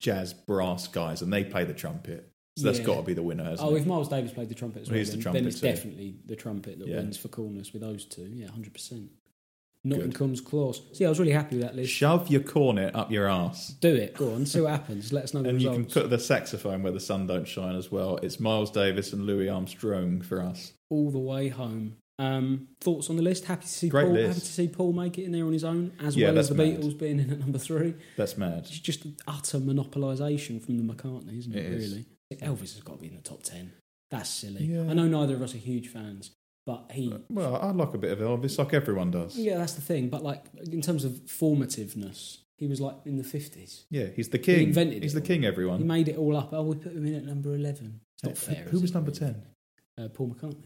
S1: jazz brass guys, and they play the trumpet. So that's
S2: Yeah.
S1: got to be the winner. hasn't
S2: Oh,
S1: it?
S2: if Miles Davis played the trumpet as
S1: Well,
S2: well,
S1: he's
S2: then,
S1: the
S2: then
S1: trumpet
S2: it's
S1: too.
S2: definitely the trumpet that
S1: Yeah.
S2: wins for coolness with those two. Yeah, hundred percent. Nottingham
S1: Good.
S2: comes close. See, I was really happy with that list.
S1: Shove your cornet up your ass.
S2: Do it. Go on. See what happens. Let us know the
S1: And you
S2: results.
S1: can put the saxophone where the sun don't shine as well. It's Miles Davis and Louis Armstrong for us.
S2: all the way home. Um, thoughts on the list? Happy to see
S1: Great
S2: Paul.
S1: list.
S2: Happy to see Paul make it in there on his own, as
S1: Yeah,
S2: well as the
S1: that's mad.
S2: Beatles being in at number three.
S1: That's mad.
S2: It's just utter monopolisation from the McCartney, isn't it?
S1: It is.
S2: really, Elvis has got to be in the top ten. That's silly.
S1: Yeah.
S2: I know neither of us are huge fans, But he,
S1: Well, I like a bit of Elvis, like everyone does.
S2: yeah, that's the thing. But like in terms of formativeness, he was like in the fifties.
S1: Yeah, he's the king.
S2: He invented
S1: he's
S2: it
S1: the
S2: all.
S1: king,
S2: He
S1: everyone.
S2: made it all up. Oh, we put him in at number eleven. It's not
S1: Who-
S2: fair.
S1: Who
S2: is
S1: was
S2: it,
S1: number
S2: really?
S1: 10?
S2: Uh, Paul McCartney.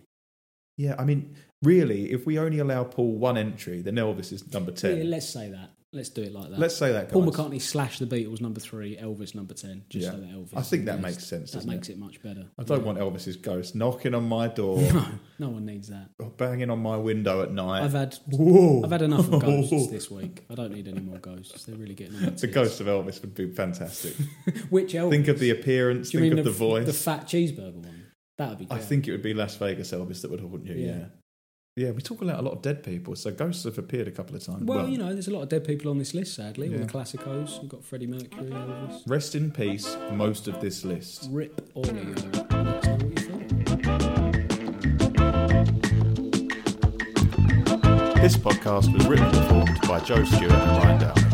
S1: Yeah, I mean, really, if we only allow Paul one entry, then Elvis is number 10.
S2: Yeah, let's say that. Let's do it like that.
S1: Let's say that,
S2: Paul
S1: guys.
S2: McCartney slash the Beatles number three, Elvis number ten. Just
S1: Yeah.
S2: so that Elvis.
S1: I think
S2: is
S1: that
S2: best.
S1: makes sense,
S2: That
S1: doesn't
S2: makes it? much better.
S1: I don't
S2: Yeah.
S1: want Elvis's ghost knocking on my door
S2: No, no one needs that.
S1: or banging on my window at night.
S2: I've had
S1: Whoa.
S2: I've had enough of ghosts this week. I don't need any more ghosts. They're really getting on my
S1: The
S2: tits.
S1: ghost of Elvis would be fantastic.
S2: Which Elvis?
S1: think of the appearance,
S2: Do you
S1: think
S2: mean
S1: of the, voice.
S2: the fat cheeseburger one. That would be.
S1: I
S2: great.
S1: think it would be Las Vegas Elvis that would haunt you, yeah.
S2: Yeah.
S1: yeah. we talk about a lot of dead people, so ghosts have appeared a couple of times.
S2: Well, you know, there's a lot of dead people on this list. Sadly, all
S1: Yeah.
S2: the classicos. You've got Freddie Mercury, Elvis.
S1: Rest in peace, most of this list.
S2: Rip all of you. Let us know what you think.
S8: This podcast was written and performed by Joe Stewart and Ryan Downing.